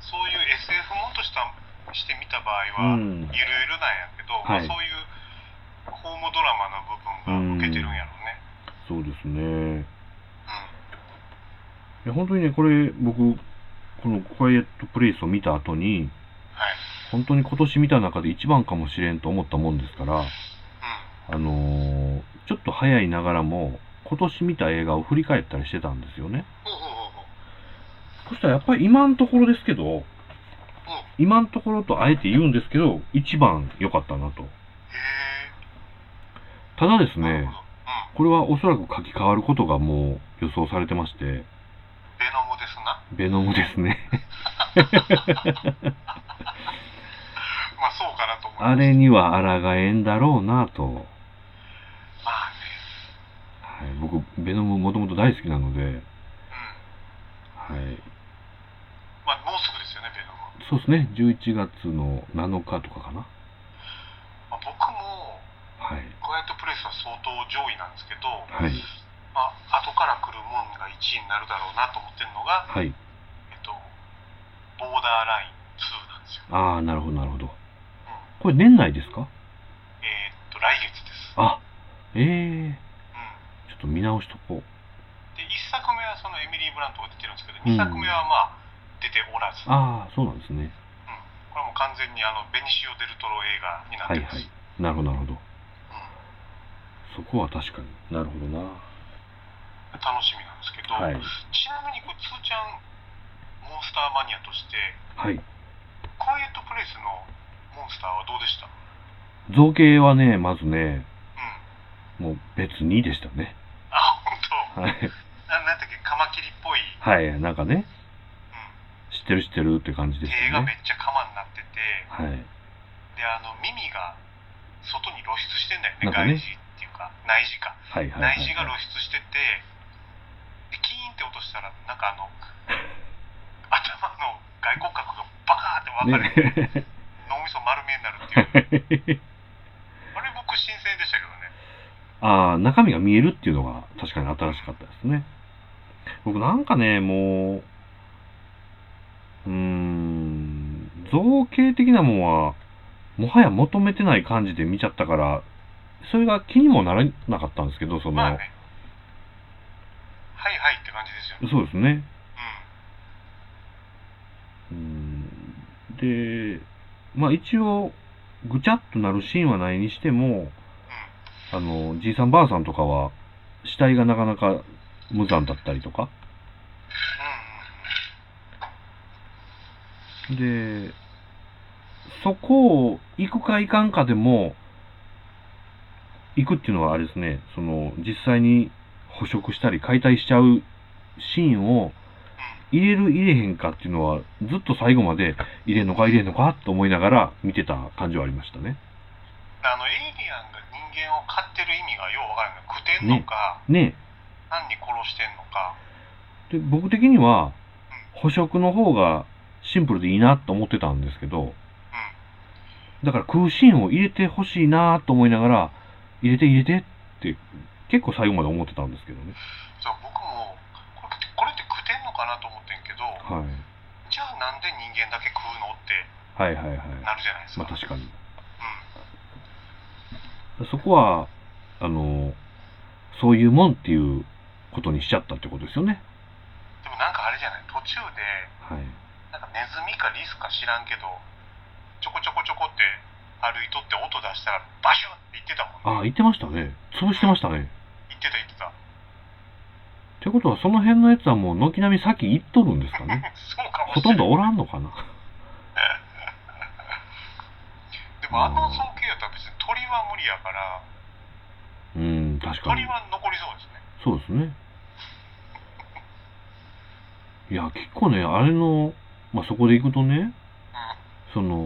Speaker 2: そういう SF もんとしたしてみた場
Speaker 1: う
Speaker 2: 合は、
Speaker 1: ん。
Speaker 2: ゆるゆるなんやけど、
Speaker 1: はい
Speaker 2: まあ、そういうホームドラマの部分が受けてるんやろうね、
Speaker 1: そうですね。
Speaker 2: うん
Speaker 1: いや本当にね、これ、僕、このクワイエットプレイスを見た後に、
Speaker 2: はい
Speaker 1: 本当に今年見た中で一番かもしれんと思ったもんですから、あのーちょっと早いながらも、今年見た映画を振り返ったりしてたんですよね。
Speaker 2: うんほうほうほうほう
Speaker 1: そしたらやっぱり今のところですけど、今のところとあえて言うんですけど、一番良かったなと。
Speaker 2: へ
Speaker 1: ただです
Speaker 2: えなる
Speaker 1: ね
Speaker 2: ほ、ど、うん
Speaker 1: これはおそらく書き換わることがもう予想されてまして、
Speaker 2: ベノムですな
Speaker 1: ベノ ムですね。
Speaker 2: まあそうかなと思います
Speaker 1: あれには抗えんだろうなと。
Speaker 2: まあね
Speaker 1: はい、僕、ベノムもともと大好きなので、
Speaker 2: うん
Speaker 1: はい、
Speaker 2: まあもうすぐですよねベノム
Speaker 1: そうですね、11月の7日とかかな。
Speaker 2: まあ、僕も
Speaker 1: はい。
Speaker 2: クワイエットプレイスは相当上位なんですけど、
Speaker 1: はい。
Speaker 2: まあ後から来るもんが1位になるだろうなと思ってるのが、
Speaker 1: はい。
Speaker 2: えっと、ボーダーライン
Speaker 1: ああ、
Speaker 2: 2なんですよ、
Speaker 1: なるほど、なるほど。
Speaker 2: うん
Speaker 1: これ年内ですか
Speaker 2: えーっと来月です、うん、
Speaker 1: あ、ええちょっと見直しとこう。
Speaker 2: で1作目はそのエミリー・ブラントが出てるんですけど
Speaker 1: うん
Speaker 2: 2作目はまあ出ておらず、う
Speaker 1: ああ、
Speaker 2: ん
Speaker 1: そうなんですね。
Speaker 2: これはもう完全にあのベニシオ・デルトロ映画になっ
Speaker 1: はい
Speaker 2: てま
Speaker 1: は
Speaker 2: す、
Speaker 1: い。なるほど、なるほど。
Speaker 2: う
Speaker 1: そこは確かになるほどな。
Speaker 2: ん、楽しみなんですけど、
Speaker 1: はい。
Speaker 2: ちなみにこれつーちゃんモンスターマニアとして
Speaker 1: はい。
Speaker 2: クワイエットプレイスのモンスターはどうでした、うん、
Speaker 1: 造形はね、まずね、もう別にでしたね。
Speaker 2: あ本当
Speaker 1: はい。
Speaker 2: ななんだっけカマキリっぽい、う
Speaker 1: はい。なんかね、
Speaker 2: ん、
Speaker 1: 知ってる知ってるって感じで
Speaker 2: 手
Speaker 1: した
Speaker 2: がめ
Speaker 1: ね。
Speaker 2: っちゃ鎌になってて
Speaker 1: はい。
Speaker 2: であの耳が外に露出してんだよね
Speaker 1: なんかね
Speaker 2: 外耳っていうか内耳か、
Speaker 1: はいはい、はい。
Speaker 2: 内耳が露出しててでキーンって音したらなんかあの 頭の外骨格がバカーって分かれて、
Speaker 1: ね。
Speaker 2: 脳みそ丸見えになるっていうあれ僕新
Speaker 1: あー中身が見えるっていうのが確かに新しかったですね。僕なんかね、もう、うーん、造形的なもんは、もはや求めてない感じで見ちゃったから、それが気にもならなかったんですけど、その、
Speaker 2: まあね。はいはいって感じですよ。うん。
Speaker 1: そうですね。うんで、まあ一応、ぐちゃっとなるシーンはないにしても、あの、じいさんばあさんとかは、死体がなかなか無残だったりとか。で、そこを行くか行かんかでも、行くっていうのはあれですね、その、実際に捕食したり解体しちゃうシーンを、入れる入れへんかっていうのは、ずっと最後まで入れんのか入れんのかと思いながら見てた感じはありましたね。
Speaker 2: あの、エイリアンが人間を飼ってる意味がようわからない。食ってんのか、
Speaker 1: ね
Speaker 2: 単に殺してんのか。
Speaker 1: えで僕的には、捕食の方がシンプルでいいなと思ってたんですけど、だから空シーンを入れてほしいなと思いながら、入れて入れてって、結構最後まで思ってたんですけどね。
Speaker 2: そう、僕も、これって、これって食ってんのかなと思ってんけど、
Speaker 1: はい。
Speaker 2: じゃあなんで人間だけ食うのって
Speaker 1: はいはいはい。
Speaker 2: なるじゃないです
Speaker 1: ま
Speaker 2: か。
Speaker 1: あ確かに。
Speaker 2: うん。
Speaker 1: そこは、あの、そういうもんっていうことにしちゃったってことですよね。
Speaker 2: でもなんかあれじゃない、途中
Speaker 1: は
Speaker 2: で、
Speaker 1: い。
Speaker 2: なんかネズミかリスか知らんけど、ちょこちょこちょこって歩いとって音出したら、バシュンって言ってたもんね。
Speaker 1: ああ、言ってましたね。潰してましたね。
Speaker 2: 言ってた言ってた。
Speaker 1: ってことは、その辺のやつはもう軒並み先行っとるんですかね。
Speaker 2: そうかも
Speaker 1: ほ
Speaker 2: し
Speaker 1: と
Speaker 2: れ
Speaker 1: ん
Speaker 2: ない。
Speaker 1: どおらんのかな。
Speaker 2: でもあの造形やったら別に鳥は無理やから、
Speaker 1: うん、確かに
Speaker 2: 鳥。は残りそうですね。
Speaker 1: そうですね。いや、結構ね、あれの、まあ、そこで行くとね、
Speaker 2: うん。
Speaker 1: その、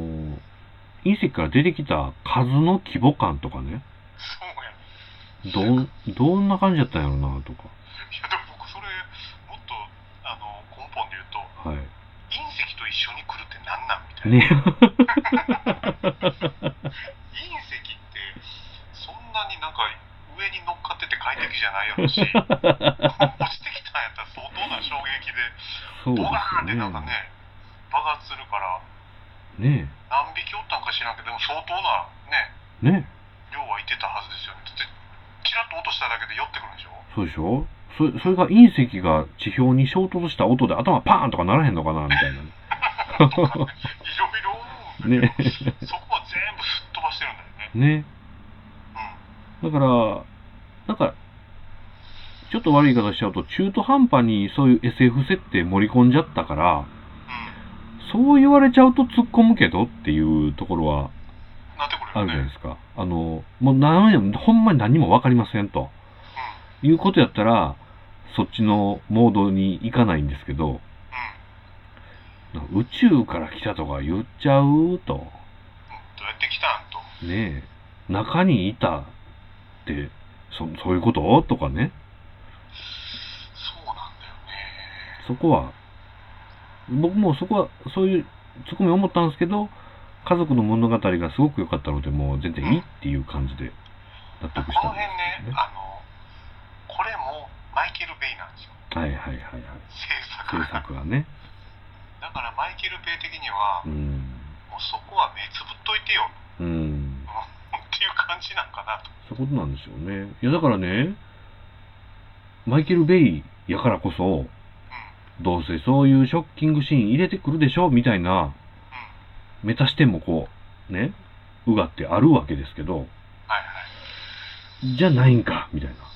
Speaker 1: 隕石から出てきた数の規模感とかね、
Speaker 2: そうや。
Speaker 1: ど
Speaker 2: い
Speaker 1: ん、どんな感じだったんやろうな、とか。
Speaker 2: やでも僕それ、もっとあの根本で言うと、
Speaker 1: は
Speaker 2: 隕石と一緒に来るってなんなんみた
Speaker 1: い。
Speaker 2: い
Speaker 1: ね。
Speaker 2: な。隕石って、そんなになんか上に乗っかってて快適じゃないや ろし、落ちてきたんやったら相当な衝撃で、
Speaker 1: そうで
Speaker 2: ボガー
Speaker 1: す
Speaker 2: ンってな
Speaker 1: よ
Speaker 2: んか
Speaker 1: ね。
Speaker 2: ね、爆発するから、
Speaker 1: ね
Speaker 2: 何匹おったんか知らんけど、でも相当なね、
Speaker 1: え。ね
Speaker 2: 量はいてたはずですよね。だって、チラッと落としただけで寄ってくるんでしょ
Speaker 1: え。そうでしょそそれが隕石が地表に衝突した音で頭パーンとかならへんのかな、みたいなね。
Speaker 2: いろいろ思 うんだ
Speaker 1: ね
Speaker 2: けど、そこは全部すっ飛ばしてるんだよね。
Speaker 1: ね。
Speaker 2: う
Speaker 1: だから、なんか、ちょっと悪い言い方しちゃうと、中途半端にそういう SF 設定盛り込んじゃったから、
Speaker 2: ん。
Speaker 1: そう言われちゃうと突っ込むけどっていうところは
Speaker 2: うん。なってくる
Speaker 1: あ
Speaker 2: よ
Speaker 1: るじゃない
Speaker 2: ね。
Speaker 1: ですか。あの、もう何も、ほんまに何もわかりませんと。いうことやったら、そっちのモードに行かないんですけど、
Speaker 2: うん。うん。
Speaker 1: なんか宇宙から来たとか言っちゃうと。
Speaker 2: どうやって来たんと。
Speaker 1: ねえ、中にいたって、そそういうこととかね。
Speaker 2: そうなんだよね。
Speaker 1: そこは、僕もそこは、そういうツッコミ思ったんですけど、家族の物語がすごく良かったので、もう全然いいっていう感じで納
Speaker 2: こ
Speaker 1: 得した
Speaker 2: の
Speaker 1: ん
Speaker 2: 辺
Speaker 1: で
Speaker 2: ね、あの、これもマイケル・ベイなんですよ。
Speaker 1: す、ね。はいはいはいはい。
Speaker 2: 制作
Speaker 1: 制
Speaker 2: が。
Speaker 1: 作はね。
Speaker 2: だからマイケル・ベイ的には
Speaker 1: う、ん。
Speaker 2: もうそこは目つぶっといてよ。
Speaker 1: うん。
Speaker 2: っていう感じなんかなと。
Speaker 1: そういうことなんでしょうね。いやだからね、マイケル・ベイやからこそ、どうせそういうショッキングシーン入れてくるでしょみたいな、メタ視点もこう、ね、うがってあるわけですけど、
Speaker 2: はいはい。
Speaker 1: じゃないんかみたいな。
Speaker 2: でね、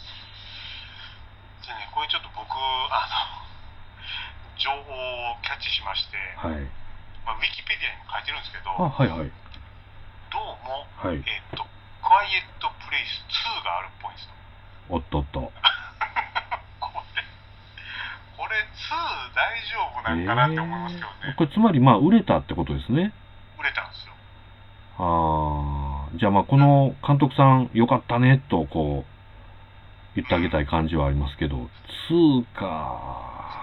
Speaker 2: これちょっと僕、あの、情報をキャッチしまして、
Speaker 1: はい。
Speaker 2: まあ、ウィキペディアにも書いてるんですけど、
Speaker 1: あ、はいはい。
Speaker 2: どうも、
Speaker 1: はい。
Speaker 2: えっ、と、クワイエット・プレイス2があるっぽいんですよ。
Speaker 1: おっとっと。
Speaker 2: これ、これ2大丈夫なんかなって思いますけど
Speaker 1: えー
Speaker 2: ね。
Speaker 1: これつまりまあ売れたってことですね。
Speaker 2: 売れたんですよ。
Speaker 1: ああ、じゃあまあこの監督さんよかったねとこう言ってあげたい感じはありますけど、2か。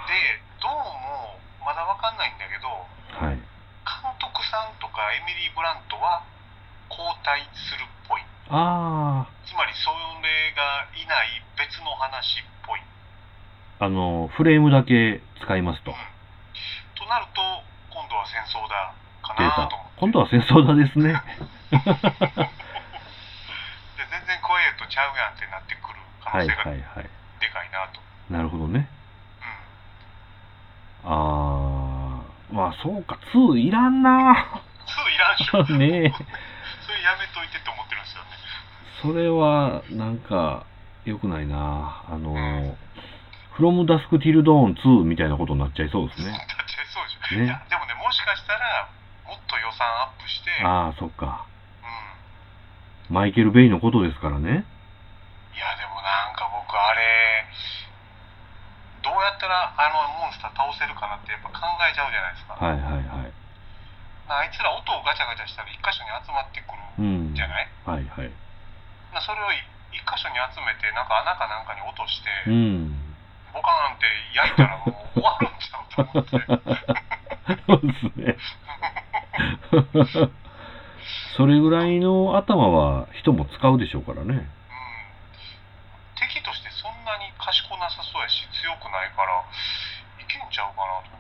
Speaker 2: で、どうも、まだわかんないんだけど、
Speaker 1: はい。
Speaker 2: 監督さんとかエミリー・ブラントは交代するっぽい。
Speaker 1: あ
Speaker 2: つまりそれがいない別の話っぽい。
Speaker 1: あ、あの、フレームだけ使いますと。
Speaker 2: うんとなると今度は戦争だか
Speaker 1: 出
Speaker 2: な
Speaker 1: た
Speaker 2: と思って。
Speaker 1: 今度は戦争だ ですね。
Speaker 2: で全然怖えとちゃうやんってなってくる可
Speaker 1: は
Speaker 2: 能
Speaker 1: い
Speaker 2: 性が
Speaker 1: はいはい。
Speaker 2: でかいなと。
Speaker 1: なるほどね。
Speaker 2: うん
Speaker 1: ああ、まあそうか、2いらんな。。
Speaker 2: そういらんし ょ
Speaker 1: ねえ。
Speaker 2: それやめといてって思ってるんですよね。
Speaker 1: それは、なんか、良くないな。あの
Speaker 2: うん、
Speaker 1: From Dusk Till Dawn 2みたいなことになっちゃいそうです
Speaker 2: だ
Speaker 1: ね。
Speaker 2: ってそうでしょ。い
Speaker 1: ね
Speaker 2: や。でもね、もしかしたら、もっと予算アップして、うん、
Speaker 1: ああ、そっか。マイケル・ベイのことですからね。
Speaker 2: いや、でもなんか僕、あれ、どうやったらあのモンスター倒せるかなってやっぱ考えちゃうじゃないですか。
Speaker 1: はいはいはい。
Speaker 2: あいつら音をガチャガチャしたら一箇所に集まってく
Speaker 1: う
Speaker 2: る
Speaker 1: ん。
Speaker 2: じゃない、
Speaker 1: はいはい。
Speaker 2: まあそれを一箇所に集めて、なんか穴かなんかに落として、
Speaker 1: うん。
Speaker 2: ボカーンって焼いたらもう終わるんちゃうと思 って。
Speaker 1: そうですね。 それぐらいの頭は人も使うでしょうからね。
Speaker 2: うん敵としてそんなに賢なさそうやし強くないからいけんちゃうかなと思ってうん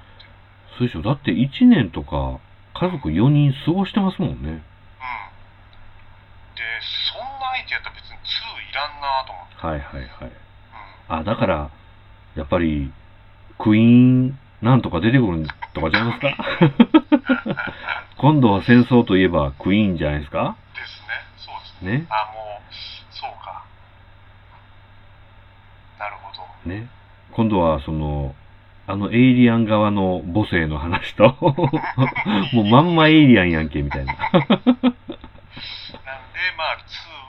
Speaker 1: そうでしょ。だって1年とか家族4人過ごしてますもんね。
Speaker 2: でそんな相手やったら別に2いらんなと思って
Speaker 1: はいはいはい。
Speaker 2: うん
Speaker 1: あ、だから、やっぱり、クイーンなんとか出てくるとかちゃいますか 今度は戦争といえばクイーンじゃないですか
Speaker 2: ですねそうですね
Speaker 1: ね。
Speaker 2: あもうそうかなるほど
Speaker 1: ね。今度はその、あのエイリアン側の母性の話と、 もうまんまエイリアンやんけ、みたいな。
Speaker 2: なんでまあ2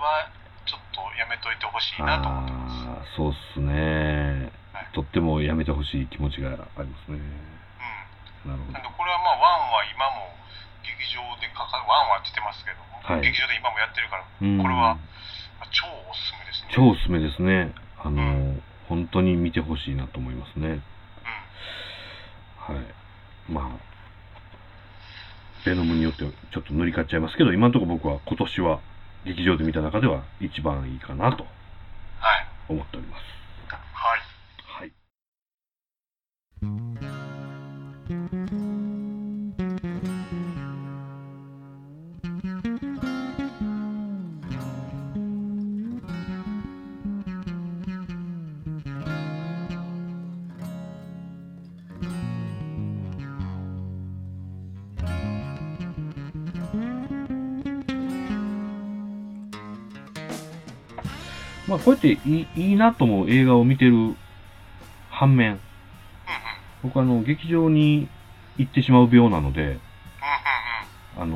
Speaker 2: はちょっとやめといてほしいなと思ってますうん
Speaker 1: ああ、そうっすね。とってもやめてほしい気持ちがありますね。なるほど
Speaker 2: なん。でこれはまあ1は今も劇場でかか1はって言ってますけども、
Speaker 1: はい
Speaker 2: 劇場で今もやってるから
Speaker 1: うん
Speaker 2: これはまあ超おすすめですね。
Speaker 1: 超
Speaker 2: うん、
Speaker 1: おすすめですね。あの、
Speaker 2: うん
Speaker 1: 本当に見てほしいなと思いますね。はい。まあ、ベノムによってちょっと塗り替わっちゃいますけど、今のところ僕は今年は劇場で見た中では一番いいかなと
Speaker 2: はい。
Speaker 1: 思っております。
Speaker 2: はい。
Speaker 1: はい。まあ、こうやっていいいいなと思う映画を見てる反面、
Speaker 2: うんうん。
Speaker 1: 僕あの、劇場に行ってしまう病なので、
Speaker 2: うんうんう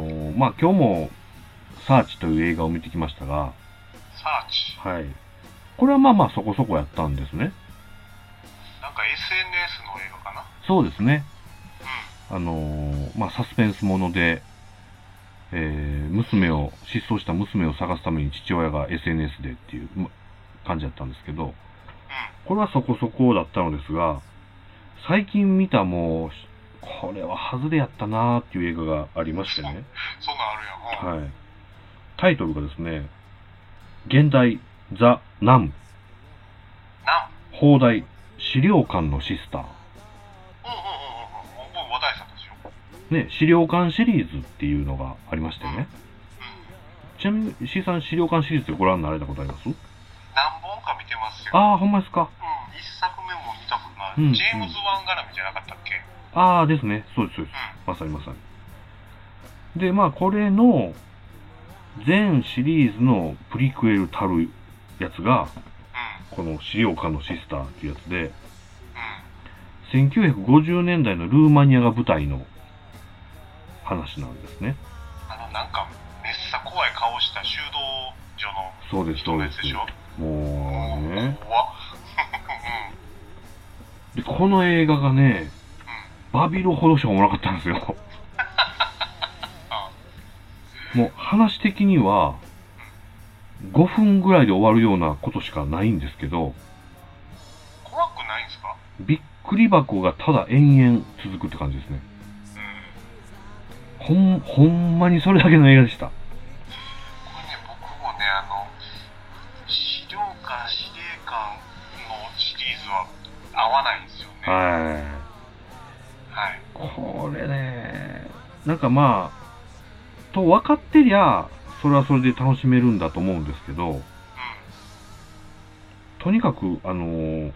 Speaker 2: ん。
Speaker 1: あのまあ、今日も、サーチという映画を見てきましたが、
Speaker 2: サーチ。
Speaker 1: はい。これはまあまあそこそこやったんですね。
Speaker 2: なんか SNS の映画かな。
Speaker 1: そうですね。
Speaker 2: うん。
Speaker 1: あのーまあ、サスペンスもので、えー娘を、失踪した娘を探すために父親が SNS でっていうま感じだったんですけど、これはそこそこだったのですが、最近見たもう、これは外れやったなーっていう映画がありましてね、
Speaker 2: そんなんあるやん。うん
Speaker 1: はい。タイトルがですね、現代、ザ・ナム、
Speaker 2: なん。
Speaker 1: 放題、資料館のシスター。
Speaker 2: うんうんうんうん。僕話題作ですよ。うん。
Speaker 1: ね、資料館シリーズっていうのがありましてね、
Speaker 2: 何
Speaker 1: ちなみに C さん資料館シリーズでご覧になられたことあります
Speaker 2: 本か見てますよ。
Speaker 1: ああ、ほんまですか。
Speaker 2: うん。一作目も見たことない。
Speaker 1: うんうん
Speaker 2: ジェームズ・ワン絡みじゃなかったっけ。う
Speaker 1: ああ、ですね。そうです、そうです。
Speaker 2: ん。
Speaker 1: まさにまさに。で、まあ、これの、全シリーズのプリクエルたるやつが、
Speaker 2: うん。
Speaker 1: この資料館のシスターっていうやつで、
Speaker 2: うん。
Speaker 1: 1950年代のルーマニアが舞台の話なんですね。
Speaker 2: あのなんかめっさ怖い顔した修道女の
Speaker 1: そうです、
Speaker 2: 人
Speaker 1: そう
Speaker 2: のや
Speaker 1: で
Speaker 2: つ
Speaker 1: す
Speaker 2: でしょ。。
Speaker 1: もう
Speaker 2: うん
Speaker 1: ね。
Speaker 2: 怖っ。 うん。
Speaker 1: で、この映画がね、バビロほどしかおもろかったんですよ。もう話的には、5分ぐらいで終わるようなことしかないんですけど、
Speaker 2: 怖くないんですか。
Speaker 1: びっくり箱がただ延々続くって感じですね。
Speaker 2: う
Speaker 1: ほん、
Speaker 2: ん。
Speaker 1: ほんまにそれだけの映画でした。
Speaker 2: これね、僕もね、あのズは合わないんですよね。はい。
Speaker 1: はい。これね、なんかまあ、と分かってりゃ、それはそれで楽しめるんだと思うんですけど、とにかく、あのー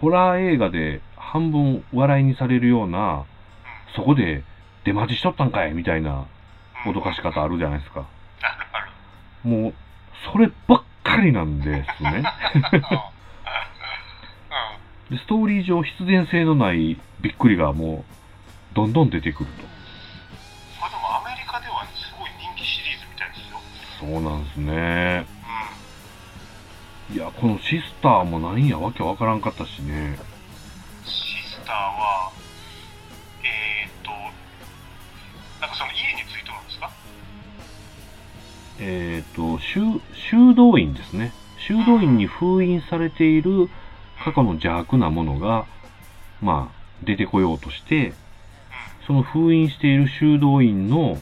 Speaker 1: ホラー映画で半分笑いにされるような、そこで出待ちしとったんかいみたいな
Speaker 2: うん。
Speaker 1: 脅かし方あるじゃないですか。
Speaker 2: あるある。
Speaker 1: もう、そればっかりなんですね。
Speaker 2: うん。うん。
Speaker 1: でストーリー上、必然性のないびっくりがもう、どんどん出てくる
Speaker 2: これでもアメリカではすごい人気シリーズみたいですよ。
Speaker 1: と。そうなんですね。
Speaker 2: う
Speaker 1: い
Speaker 2: ん。
Speaker 1: や、このシスターもなんやわけわからんかったしね。
Speaker 2: シスターは、えー、っと、なんかその家についてなんですか
Speaker 1: えっ、と修、修道院ですね。修道院に封印されている過去の邪悪なものが、まあ、出てこようとして、その封印している修道院の、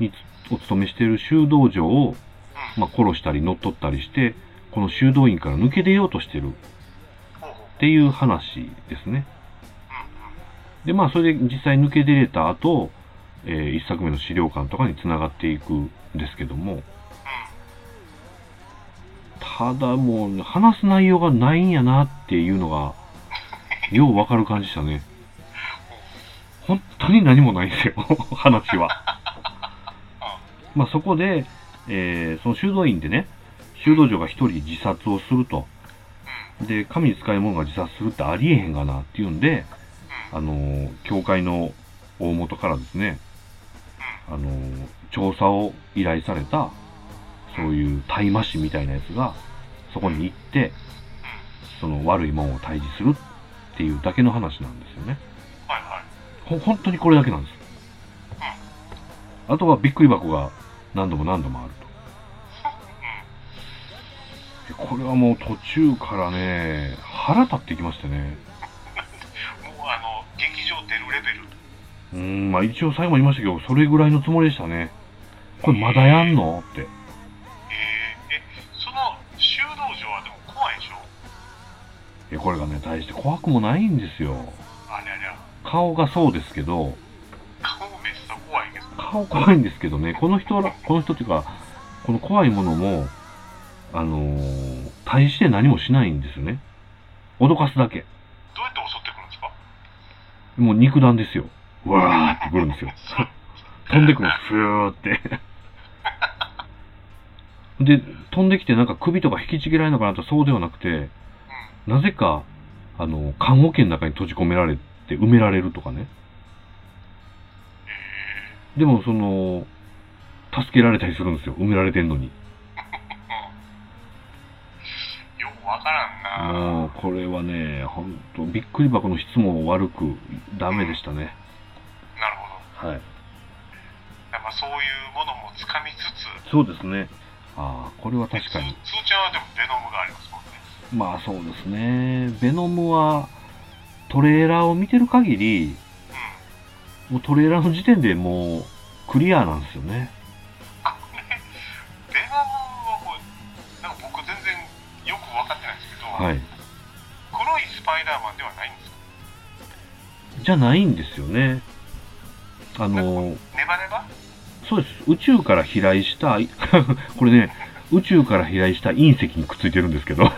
Speaker 1: につお勤めしている修道女を、
Speaker 2: うん。うん。
Speaker 1: まあ、殺したり乗っ取ったりして、この修道院から抜け出ようとしてる
Speaker 2: ほうほう
Speaker 1: っていう話ですね。
Speaker 2: うん
Speaker 1: で、まあ、それで実際抜け出れた後、えー一作目の資料館とかに繋がっていくんですけども、ただもう、話す内容がないんやなっていうのが、ようわかる感じでしたね。本当に何もないんですよ、 話は。まあ、そこで、えーその修道院でね、修道女が一人自殺をすると。で、神に使い物が自殺するってありえへんがなっていうんで、あのー教会の大元からですね、あのー調査を依頼された、そういう大麻師みたいなやつが、そこに行って、その悪いもんを退治するっていうだけの話なんですよね。
Speaker 2: はいは
Speaker 1: ほ、
Speaker 2: い。
Speaker 1: 本当にこれだけなんです。あとはびっくり箱が何度も何度もあると。でこれはもう途中からね、腹立ってきましてね。
Speaker 2: もうあの、劇場出るレベル。
Speaker 1: うーん、まあ一応最後も言いましたけど、それぐらいのつもりでしたね。これまだやんのって。
Speaker 2: えー、え、その修道場はでも怖いでしょ
Speaker 1: いや、これがね、大して怖くもないんですよ。
Speaker 2: ありゃりゃ。
Speaker 1: 顔がそうですけど、
Speaker 2: 顔めっちゃ怖いけど。
Speaker 1: 顔怖いんですけどね、この人ら、この人っていうか、この怖いものも、あのー、大して何もしないんですよね。脅かすだけ。
Speaker 2: どうやって襲ってくるんですか
Speaker 1: もう肉弾ですよ。わーってくるんですよ。 飛んでくるんです。ふーって。 で、飛んできてなんか首とか引きちぎられるのかなとそうではなくて、なぜか、あの、看護圏の中に閉じ込められて埋められるとかね。でもその、助けられたりするんですよ。埋められてんのに。
Speaker 2: よくわからんな。
Speaker 1: もう、これはね、ほんと、びっくり箱の質も悪く、ダメでしたね。
Speaker 2: なるほど。
Speaker 1: はい。
Speaker 2: やっぱそういうものもつかみつつ、
Speaker 1: そうですね。ああ、これは確かに。
Speaker 2: つーちゃんはでもベノムがありますもんね。
Speaker 1: まあそうですね。ベノムはトレーラーを見てる限り、
Speaker 2: うん。
Speaker 1: もうトレーラーの時点でもうクリアなんですよね。
Speaker 2: あこれベノムはこうなんか僕全然よく分かってないんですけど、
Speaker 1: はい。
Speaker 2: 黒いスパイダーマンではないんですか
Speaker 1: じゃないんですよね。あの、
Speaker 2: ネバネバ
Speaker 1: そうです。宇宙から飛来した、 いこれね、宇宙から飛来した隕石にくっついてるんですけど。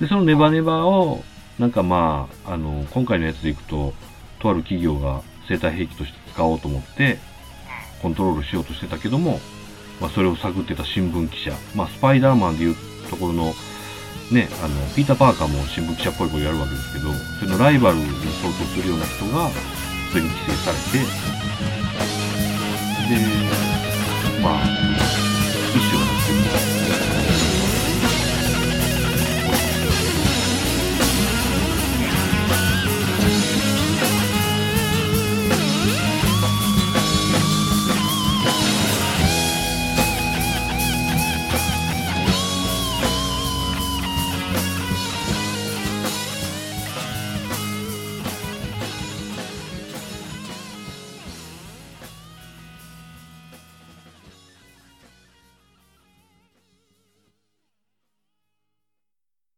Speaker 1: で、そのネバネバを、なんかまあ、あの、今回のやつでいくと、とある企業が生体兵器として使おうと思って、コントロールしようとしてたけども、まあ、それを探ってた新聞記者、まあ、スパイダーマンでいうところの、ね、あの、ピーター・パーカーも新聞記者っぽいことやるわけですけど、それのライバルに相当するような人が、普通に規制されて、で、まあ、